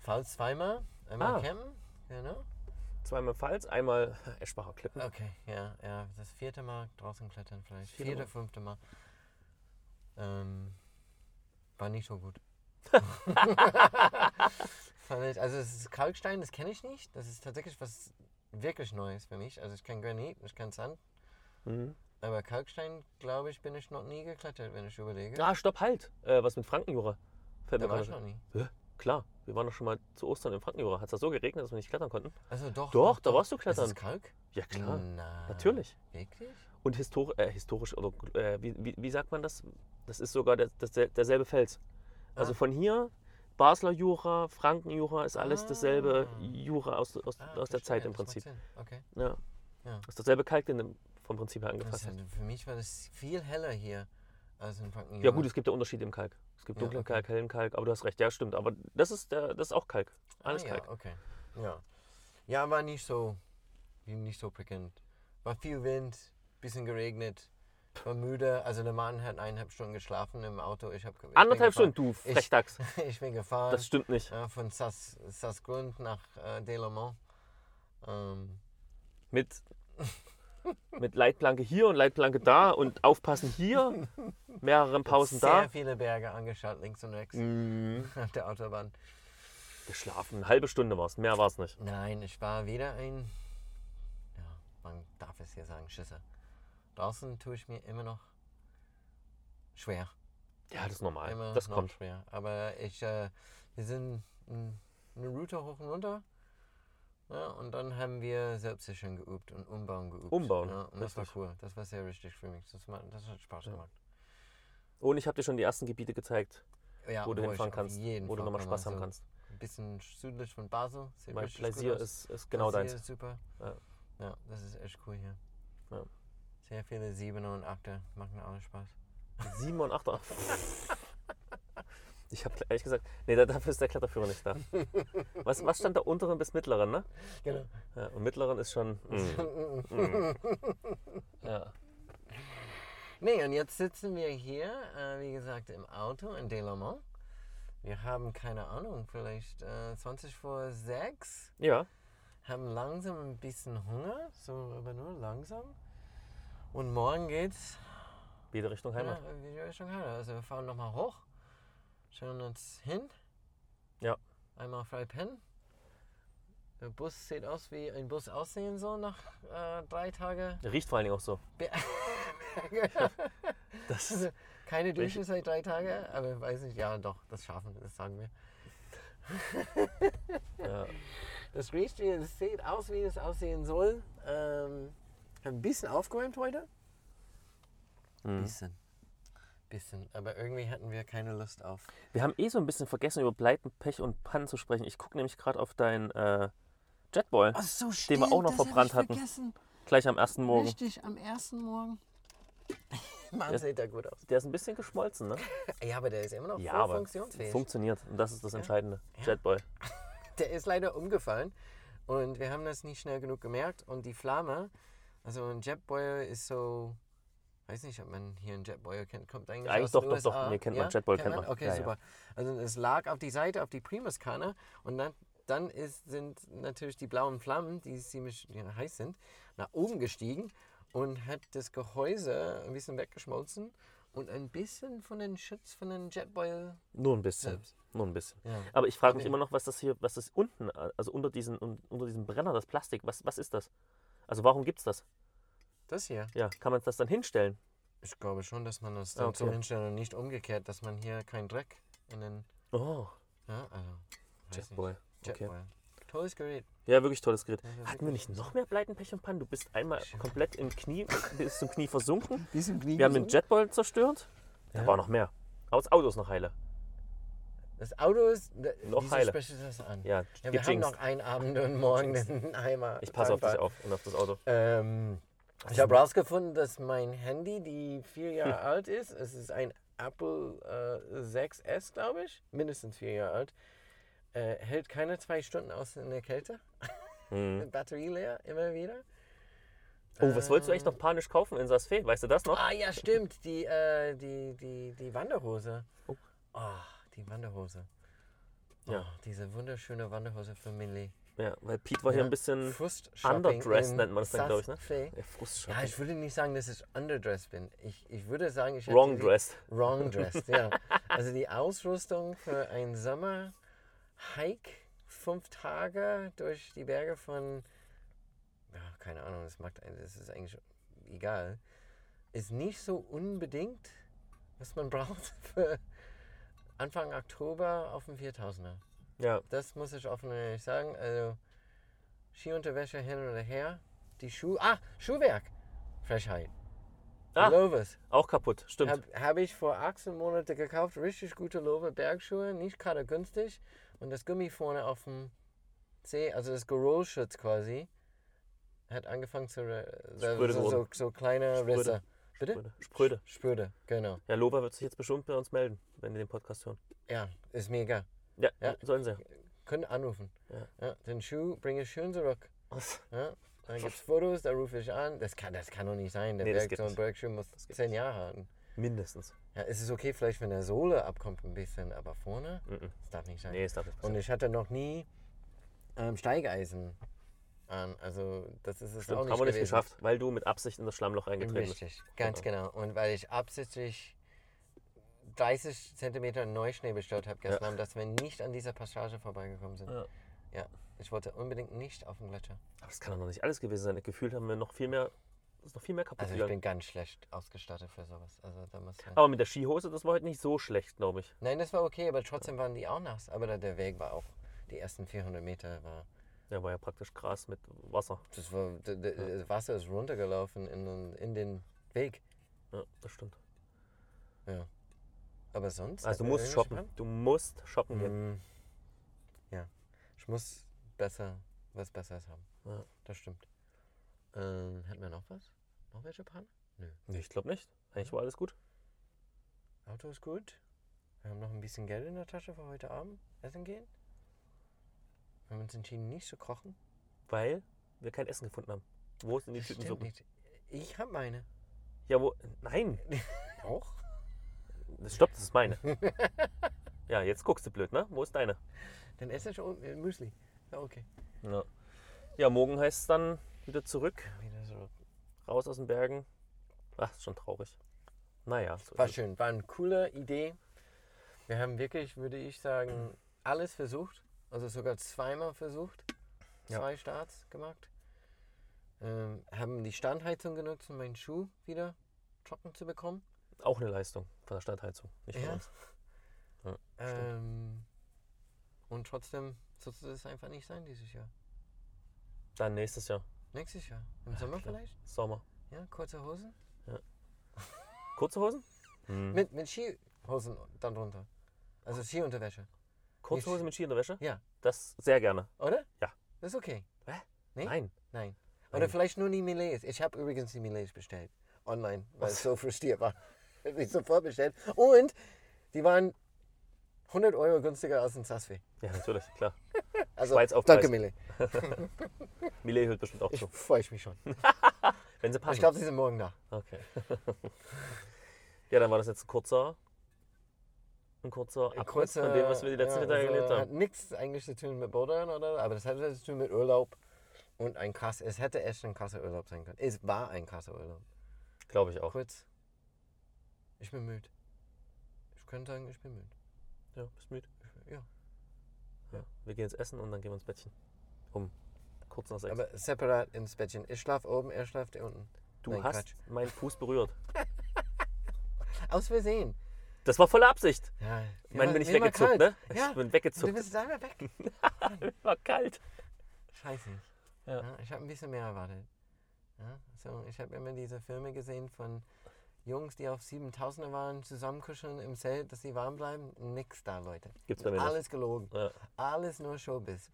Speaker 1: Falls zweimal, einmal
Speaker 2: Ah.
Speaker 1: campen, genau.
Speaker 2: zweimal Pfalz, einmal Eschbacher Klippen.
Speaker 1: Okay, ja, ja, das vierte Mal draußen klettern vielleicht.
Speaker 2: Vierte
Speaker 1: Vierte,
Speaker 2: Mal.
Speaker 1: fünfte Mal. Ähm, war nicht so gut. Fand ich- also es ist Kalkstein, das kenne ich nicht. Das ist tatsächlich was wirklich Neues für mich. Also ich kenne Granit, ich kenne Sand,
Speaker 2: Mhm.
Speaker 1: aber Kalkstein, glaube ich, bin ich noch nie geklettert, wenn ich überlege.
Speaker 2: Ah, stopp, halt. Äh, was mit Frankenjura? Fällt
Speaker 1: da
Speaker 2: mir
Speaker 1: war
Speaker 2: gerade
Speaker 1: ich noch nie.
Speaker 2: Klar, wir waren doch schon mal zu Ostern im Frankenjura. Hat es da so geregnet, dass wir nicht klettern konnten?
Speaker 1: Also doch.
Speaker 2: Doch, da warst du
Speaker 1: Ist
Speaker 2: klettern.
Speaker 1: das Kalk?
Speaker 2: Ja, klar.
Speaker 1: Na,
Speaker 2: Natürlich.
Speaker 1: Wirklich?
Speaker 2: Und histor äh, historisch, oder äh, wie, wie, wie sagt man das? Das ist sogar der, das, derselbe Fels. Also
Speaker 1: Ah.
Speaker 2: von hier, Basler Jura, Frankenjura, ist alles dasselbe
Speaker 1: Ah.
Speaker 2: Jura aus, aus,
Speaker 1: Ah,
Speaker 2: aus der
Speaker 1: verstehe,
Speaker 2: Zeit im
Speaker 1: das macht
Speaker 2: Prinzip.
Speaker 1: Sinn. Okay.
Speaker 2: Ja.
Speaker 1: Ja.
Speaker 2: Ist dasselbe Kalk, den du vom Prinzip her
Speaker 1: Das
Speaker 2: angefasst
Speaker 1: hat,
Speaker 2: hast.
Speaker 1: für mich war das viel heller hier als in Frankenjura.
Speaker 2: Ja, gut, es gibt ja Unterschiede im Kalk. Es gibt
Speaker 1: Ja,
Speaker 2: dunklen
Speaker 1: okay.
Speaker 2: Kalk, hellen Kalk, aber du hast recht, ja, stimmt. Aber das ist, der, das ist auch Kalk. Alles
Speaker 1: ah,
Speaker 2: Kalk.
Speaker 1: Ja, okay. Ja. ja, war nicht so, nicht so prickelnd. War viel Wind, bisschen geregnet, war müde. Also der Mann hat eineinhalb Stunden geschlafen im Auto. Ich habe
Speaker 2: Anderthalb Stunden, du Frechdachs.
Speaker 1: Ich bin gefahren
Speaker 2: Das stimmt nicht.
Speaker 1: äh, von Sass, Sassgrund nach äh, Delamont. Ähm,
Speaker 2: Mit, mit Leitplanke hier und Leitplanke da und aufpassen hier, mehreren Pausen
Speaker 1: sehr
Speaker 2: da.
Speaker 1: viele Berge angeschaut, links und rechts
Speaker 2: Mhm.
Speaker 1: auf der Autobahn.
Speaker 2: Geschlafen, eine halbe Stunde war es, mehr war es nicht.
Speaker 1: Nein, ich war wieder ein, ja, man darf es hier sagen, Schisser. Draußen tue ich mir immer noch schwer.
Speaker 2: Ja, das ist normal,
Speaker 1: Immer
Speaker 2: Ah, das
Speaker 1: noch
Speaker 2: kommt.
Speaker 1: schwer. Aber ich, äh, wir sind n- eine Route hoch und runter. Ja, und dann haben wir Selbstsichern geübt und Umbauen geübt.
Speaker 2: Umbauen,
Speaker 1: Ja, und das war
Speaker 2: richtig.
Speaker 1: cool. Das war sehr richtig für mich. Das, ma- das hat Spaß gemacht.
Speaker 2: Und ich habe dir schon die ersten Gebiete gezeigt,
Speaker 1: Ja, oh,
Speaker 2: wo du
Speaker 1: ich
Speaker 2: hinfahren
Speaker 1: auf
Speaker 2: kannst,
Speaker 1: jeden
Speaker 2: wo du
Speaker 1: Fall
Speaker 2: nochmal
Speaker 1: kann man
Speaker 2: Spaß haben
Speaker 1: so
Speaker 2: kannst.
Speaker 1: Ein bisschen südlich von Basel. Sieht
Speaker 2: Weil
Speaker 1: richtig gut
Speaker 2: Plaisir
Speaker 1: aus.
Speaker 2: ist, ist genau
Speaker 1: Das hier
Speaker 2: deins.
Speaker 1: Ist super.
Speaker 2: Ja.
Speaker 1: Ja. das ist echt cool hier.
Speaker 2: Ja.
Speaker 1: Sehr viele Siebener und Achter machen alle Spaß.
Speaker 2: Sieben und achter. Ich habe ehrlich gesagt, nee, da- dafür ist der Kletterführer nicht da. Was, was stand da unteren bis mittleren, ne?
Speaker 1: Genau.
Speaker 2: Ja, und mittleren ist schon. mm, mm. Ja.
Speaker 1: Nee, und jetzt sitzen wir hier, äh, wie gesagt, im Auto in Delamont. Wir haben keine Ahnung, vielleicht äh, 20 vor 6,
Speaker 2: ja,
Speaker 1: haben langsam ein bisschen Hunger, so aber nur langsam. Und morgen geht's
Speaker 2: jede Richtung Heimat.
Speaker 1: Ja, in die Richtung Heimat. Also wir fahren nochmal hoch, stellen uns hin.
Speaker 2: Ja.
Speaker 1: Einmal frei pennen. Der Bus sieht aus, wie ein Bus aussehen soll nach äh, drei Tagen.
Speaker 2: Riecht vor allen Dingen auch so. Das,
Speaker 1: also keine Dusche
Speaker 2: Welche-
Speaker 1: seit drei Tagen, aber ich weiß nicht, ja doch, das schaffen wir, das sagen wir.
Speaker 2: ja.
Speaker 1: Das riecht, wie es sieht aus, wie es aussehen soll. Ähm, ich habe ein bisschen aufgeräumt heute.
Speaker 2: Mhm.
Speaker 1: Bisschen. Bisschen. Aber irgendwie hatten wir keine Lust auf.
Speaker 2: Wir haben eh so ein bisschen vergessen, über Pleiten, Pech und Pannen zu sprechen. Ich gucke nämlich gerade auf deinen äh, Jetball,
Speaker 1: so
Speaker 2: Den wir auch noch verbrannt hatten. gleich am ersten Morgen.
Speaker 1: Richtig, am ersten Morgen. Mann,
Speaker 2: Ja.
Speaker 1: sieht der gut aus.
Speaker 2: Der ist ein bisschen geschmolzen, ne?
Speaker 1: Ja, aber der ist immer noch
Speaker 2: Ja,
Speaker 1: voll
Speaker 2: aber
Speaker 1: funktionsfähig.
Speaker 2: Funktioniert. Und das ist das Entscheidende.
Speaker 1: Ja.
Speaker 2: Jetball.
Speaker 1: der ist leider umgefallen und wir haben das nicht schnell genug gemerkt. Und die Flamme, also ein Jetboil ist so, weiß nicht, ob man hier einen Jetboil kennt, kommt eigentlich
Speaker 2: Eigentlich
Speaker 1: aus
Speaker 2: doch,
Speaker 1: den
Speaker 2: doch, doch.
Speaker 1: USA.
Speaker 2: Nee, kennt man, Jetboil kennt man.
Speaker 1: Okay,
Speaker 2: Ja, ja.
Speaker 1: super. Also es lag auf die Seite, auf die Primuskanne und dann, dann ist, sind natürlich die blauen Flammen, die ziemlich ja, heiß sind, nach oben gestiegen und hat das Gehäuse ein bisschen weggeschmolzen und ein bisschen von den Schutz von den Jetboil
Speaker 2: Nur ein bisschen.
Speaker 1: Selbst.
Speaker 2: Nur ein bisschen.
Speaker 1: ja.
Speaker 2: Aber ich frage mich
Speaker 1: Okay.
Speaker 2: immer noch, was das hier, was das unten, also unter, diesen, un- unter diesem Brenner, das Plastik, was, was ist das? Also warum gibt's das?
Speaker 1: Das hier.
Speaker 2: Ja, kann man das dann hinstellen?
Speaker 1: Ich glaube schon, dass man das
Speaker 2: Ah,
Speaker 1: dann
Speaker 2: okay.
Speaker 1: so hinstellt und nicht umgekehrt, dass man hier keinen Dreck in den.
Speaker 2: Oh,
Speaker 1: Ja, also. weiß
Speaker 2: Jetboy.
Speaker 1: nicht.
Speaker 2: Okay.
Speaker 1: Jetboy. Tolles Gerät.
Speaker 2: Ja, wirklich tolles Gerät.
Speaker 1: Ja, ja,
Speaker 2: Hatten wir nicht noch mehr Pleiten, Pech und Pannen? Du bist einmal komplett im Knie, bis zum Knie versunken.
Speaker 1: Diesen
Speaker 2: Wir haben den Jetball zerstört. Da
Speaker 1: Ja.
Speaker 2: war noch mehr. Aus Autos noch heile.
Speaker 1: Das Auto ist. da-
Speaker 2: Noch
Speaker 1: wieso
Speaker 2: heile.
Speaker 1: sprichst du das an?
Speaker 2: Ja,
Speaker 1: Ja, wir haben
Speaker 2: gejinxt.
Speaker 1: noch einen Abend und morgen den Eimer.
Speaker 2: Ich passe auf dich
Speaker 1: Tanker.
Speaker 2: auf und auf das Auto.
Speaker 1: Ähm, ich habe rausgefunden, dass mein Handy, die vier Jahre alt ist, es ist ein Apple äh, 6S, glaube ich, mindestens vier Jahre alt, äh, hält keine zwei Stunden aus in der Kälte.
Speaker 2: Mhm.
Speaker 1: Batterie leer, immer wieder.
Speaker 2: Oh, was wolltest du eigentlich noch panisch kaufen in Saas Fee? Weißt du das noch?
Speaker 1: Ah ja, stimmt. Die, äh, die, die, die Wanderhose.
Speaker 2: Oh.
Speaker 1: Ah, die Wanderhose.
Speaker 2: Ja.
Speaker 1: Ah, diese wunderschöne Wanderhose für Millie.
Speaker 2: Ja, weil Pete war hier ein bisschen
Speaker 1: Frust-Shopping
Speaker 2: underdressed,
Speaker 1: in
Speaker 2: nennt man das dann, glaube ich. Ne?
Speaker 1: Sas Fee.
Speaker 2: Ja, Frustschock.
Speaker 1: Ja, ich würde nicht sagen, dass ich underdressed bin. Ich, ich würde sagen, ich hätte
Speaker 2: Wrong
Speaker 1: Äh, die-
Speaker 2: dressed.
Speaker 1: Wrong dressed, ja. Also die Ausrüstung für einen Sommer-Hike, fünf Tage durch die Berge von, ja, keine Ahnung, das macht einen, das ist eigentlich egal, ist nicht so unbedingt, was man braucht für Anfang Oktober auf dem 4000er.
Speaker 2: Ja,
Speaker 1: Das muss ich offen und ehrlich sagen. Also Skiunterwäsche hin oder her, die Schuhe, ah, Schuhwerk, Frechheit.
Speaker 2: Ah.
Speaker 1: Lovis.
Speaker 2: auch kaputt, stimmt.
Speaker 1: Habe hab ich vor 18 Monaten gekauft. Richtig gute Lowe Bergschuhe, nicht gerade günstig. Und das Gummi vorne auf dem Zeh, also das Gerollschutz quasi, hat angefangen zu. re-
Speaker 2: Spröde
Speaker 1: so, so,
Speaker 2: geworden.
Speaker 1: so kleine
Speaker 2: Spröde.
Speaker 1: Risse. Bitte?
Speaker 2: Spröde. Spröde.
Speaker 1: Spröde, genau.
Speaker 2: Ja, Loba wird sich jetzt bestimmt bei uns melden, wenn die den Podcast hören.
Speaker 1: Ja, ist mega.
Speaker 2: Ja,
Speaker 1: Ja.
Speaker 2: sollen sie.
Speaker 1: Können anrufen.
Speaker 2: Ja.
Speaker 1: den Schuh bringe ich schön zurück.
Speaker 2: Was?
Speaker 1: Ja. Dann gibt's Fotos, da rufe ich an. Das kann, das kann doch nicht sein. Der
Speaker 2: Nee, das
Speaker 1: Berg,
Speaker 2: geht
Speaker 1: so ein
Speaker 2: nicht.
Speaker 1: Bergschuh muss
Speaker 2: geht
Speaker 1: 10 Jahre halten.
Speaker 2: Mindestens.
Speaker 1: Ja, es ist okay, vielleicht wenn der Sohle abkommt ein bisschen, aber vorne?
Speaker 2: Mhm.
Speaker 1: Das darf nicht sein.
Speaker 2: Nee, ist darf nicht
Speaker 1: Und
Speaker 2: passieren.
Speaker 1: ich hatte noch nie ähm, Steigeisen an. Also das ist es auch
Speaker 2: Stimmt,
Speaker 1: nicht
Speaker 2: haben wir nicht
Speaker 1: gewesen.
Speaker 2: geschafft, weil du mit Absicht in das Schlammloch eingetreten bist.
Speaker 1: Richtig, ganz genau. Und weil ich absichtlich 30 cm Neuschnee bestellt habe gestern, Abend, dass wir nicht an dieser Passage vorbeigekommen sind.
Speaker 2: Ja.
Speaker 1: Ja, ich wollte unbedingt nicht auf den Gletscher.
Speaker 2: Aber das kann doch noch nicht alles gewesen sein. Gefühlt haben wir noch viel mehr, ist noch viel Ah. mehr kaputt
Speaker 1: Also ich
Speaker 2: gegangen.
Speaker 1: bin ganz schlecht ausgestattet für sowas. Also da muss man-
Speaker 2: Aber mit der Skihose, das war heute nicht so schlecht, glaube ich.
Speaker 1: Nein, das war okay, aber trotzdem waren die auch nass. Aber der- der Weg war auch, die ersten 400 Meter war
Speaker 2: Ja, war ja praktisch Gras mit Wasser.
Speaker 1: Das, war, d- d- das Wasser ist runtergelaufen in, den- in den Weg.
Speaker 2: Ja, das stimmt.
Speaker 1: Ja. Aber sonst?
Speaker 2: Also du
Speaker 1: hat
Speaker 2: musst
Speaker 1: irgendwie
Speaker 2: shoppen. Du musst shoppen gehen.
Speaker 1: Mm. Ja. Ich muss besser, was Besseres haben.
Speaker 2: Ja.
Speaker 1: Das stimmt. Ähm, hätten wir noch was? Noch welche Pan?
Speaker 2: Nee, ich glaube nicht. Eigentlich war alles gut.
Speaker 1: Auto ist gut. Wir haben noch ein bisschen Geld in der Tasche für heute Abend. Essen gehen. Wir haben uns entschieden, nicht zu kochen.
Speaker 2: Weil wir kein Essen gefunden haben. Wo sind die
Speaker 1: Das stimmt
Speaker 2: Tütensuppen?
Speaker 1: nicht. Ich habe meine.
Speaker 2: Ja, wo. Nein!
Speaker 1: Auch?
Speaker 2: Das stoppt, das ist meine. ja, jetzt guckst du blöd, ne? Wo ist deine?
Speaker 1: Dann esse ich auch, äh, Müsli. Ja, okay.
Speaker 2: Ja, ja morgen heißt es dann wieder zurück,
Speaker 1: Wieder so.
Speaker 2: raus aus den Bergen. Ach, ist schon traurig. Naja, so
Speaker 1: War
Speaker 2: ist es.
Speaker 1: schön, war eine coole Idee. Wir haben wirklich, würde ich sagen, alles versucht. Also sogar zweimal versucht.
Speaker 2: Ja.
Speaker 1: Zwei Starts gemacht. Ähm, haben die Standheizung genutzt, um meinen Schuh wieder trocken zu bekommen.
Speaker 2: auch eine Leistung von der Stadtheizung. Nicht von
Speaker 1: Ja.
Speaker 2: uns. Stimmt.
Speaker 1: Ähm, und trotzdem sollte das einfach nicht sein dieses Jahr.
Speaker 2: Dann nächstes Jahr,
Speaker 1: Nächstes Jahr. Im Sommer
Speaker 2: Ah, klar.
Speaker 1: vielleicht?
Speaker 2: Sommer.
Speaker 1: Ja, kurze Hosen?
Speaker 2: Kurze Hosen? Mit
Speaker 1: Mit, mit Skihosen dann drunter. Also Skiunterwäsche,
Speaker 2: Kurze Hosen mit Ski in der Wäsche?
Speaker 1: Ja.
Speaker 2: Das sehr gerne.
Speaker 1: oder?
Speaker 2: Ja.
Speaker 1: Das ist okay. Nee?
Speaker 2: Nein.
Speaker 1: Nein.
Speaker 2: Nein.
Speaker 1: Oder vielleicht nur die Millets. Ich habe übrigens die Millets bestellt. Online, weil
Speaker 2: Was?
Speaker 1: es so frustriert war. Hab ich sofort bestellt. Und die waren 100 Euro günstiger als ein Sassfi.
Speaker 2: Ja, natürlich, klar.
Speaker 1: Also,
Speaker 2: Schweiz auf
Speaker 1: danke,
Speaker 2: Preis.
Speaker 1: Millet.
Speaker 2: Millet hört bestimmt auch
Speaker 1: Ich
Speaker 2: zu.
Speaker 1: freue mich schon.
Speaker 2: Wenn sie passen.
Speaker 1: Ich glaube, sie sind morgen da.
Speaker 2: okay. ja, dann war das jetzt ein kurzer. Ein kurzer
Speaker 1: Ein
Speaker 2: Abriss von dem, was wir die letzten
Speaker 1: ja,
Speaker 2: Tage
Speaker 1: also
Speaker 2: erlebt haben.
Speaker 1: Hat nichts eigentlich zu tun mit Bouldern oder so, aber das hatte zu tun mit Urlaub und ein Kasse. Es hätte echt ein krasser Urlaub sein können. Es war ein krasser Urlaub.
Speaker 2: Glaube ich auch.
Speaker 1: Kurz. Ich bin müde. Ich könnte sagen, ich bin müde.
Speaker 2: Ja, bist müde.
Speaker 1: Ja.
Speaker 2: Ja. Wir gehen jetzt essen und dann gehen wir ins Bettchen. Um kurz nach sechs.
Speaker 1: Aber separat ins Bettchen. Ich schlaf oben, er schlaft unten.
Speaker 2: du
Speaker 1: Nein,
Speaker 2: hast
Speaker 1: Quatsch.
Speaker 2: meinen Fuß berührt.
Speaker 1: Aus Versehen.
Speaker 2: Das war volle Absicht.
Speaker 1: Ja,
Speaker 2: Ich meine, bin ich weggezuckt, ne?
Speaker 1: Ja.
Speaker 2: Ich bin
Speaker 1: Du
Speaker 2: weggezuckt.
Speaker 1: bist selber weg.
Speaker 2: War kalt.
Speaker 1: Scheiße.
Speaker 2: Ja.
Speaker 1: Ja. ich habe ein bisschen mehr erwartet. Ja, so, ich habe immer diese Filme gesehen von Jungs, die auf 7000er waren, zusammenkuscheln im Zelt, dass sie warm bleiben. Nix da, Leute.
Speaker 2: Gibt's bei mir nicht.
Speaker 1: Alles gelogen.
Speaker 2: Ja.
Speaker 1: Alles nur Showbiz.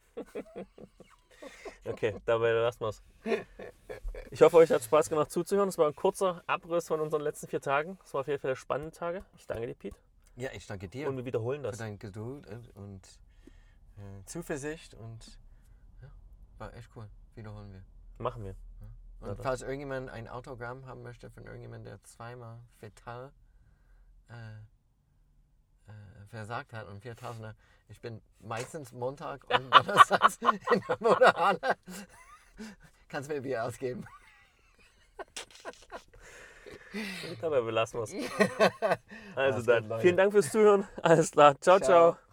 Speaker 2: Okay, dabei lassen wir es. Ich hoffe, euch hat Spaß gemacht zuzuhören. Es war ein kurzer Abriss von unseren letzten vier Tagen. Es war auf jeden Fall spannende Tage. Ich danke dir, Pete.
Speaker 1: Ja, ich danke dir
Speaker 2: Und wir wiederholen
Speaker 1: für
Speaker 2: das.
Speaker 1: deine Geduld und, und äh, Zuversicht und ja, war echt cool. Wiederholen wir.
Speaker 2: Machen wir.
Speaker 1: Und falls irgendjemand ein Autogramm haben möchte von irgendjemandem, der zweimal fatal äh, äh, versagt hat und 4000er, ich bin meistens Montag und Donnerstags in der Motorhalle. Kannst mir Bier ausgeben.
Speaker 2: Dabei belassen wir es. Also
Speaker 1: Alles
Speaker 2: dann,
Speaker 1: gut, Leute.
Speaker 2: Also vielen Dank fürs Zuhören. Alles klar. ciao.
Speaker 1: Ciao.
Speaker 2: ciao.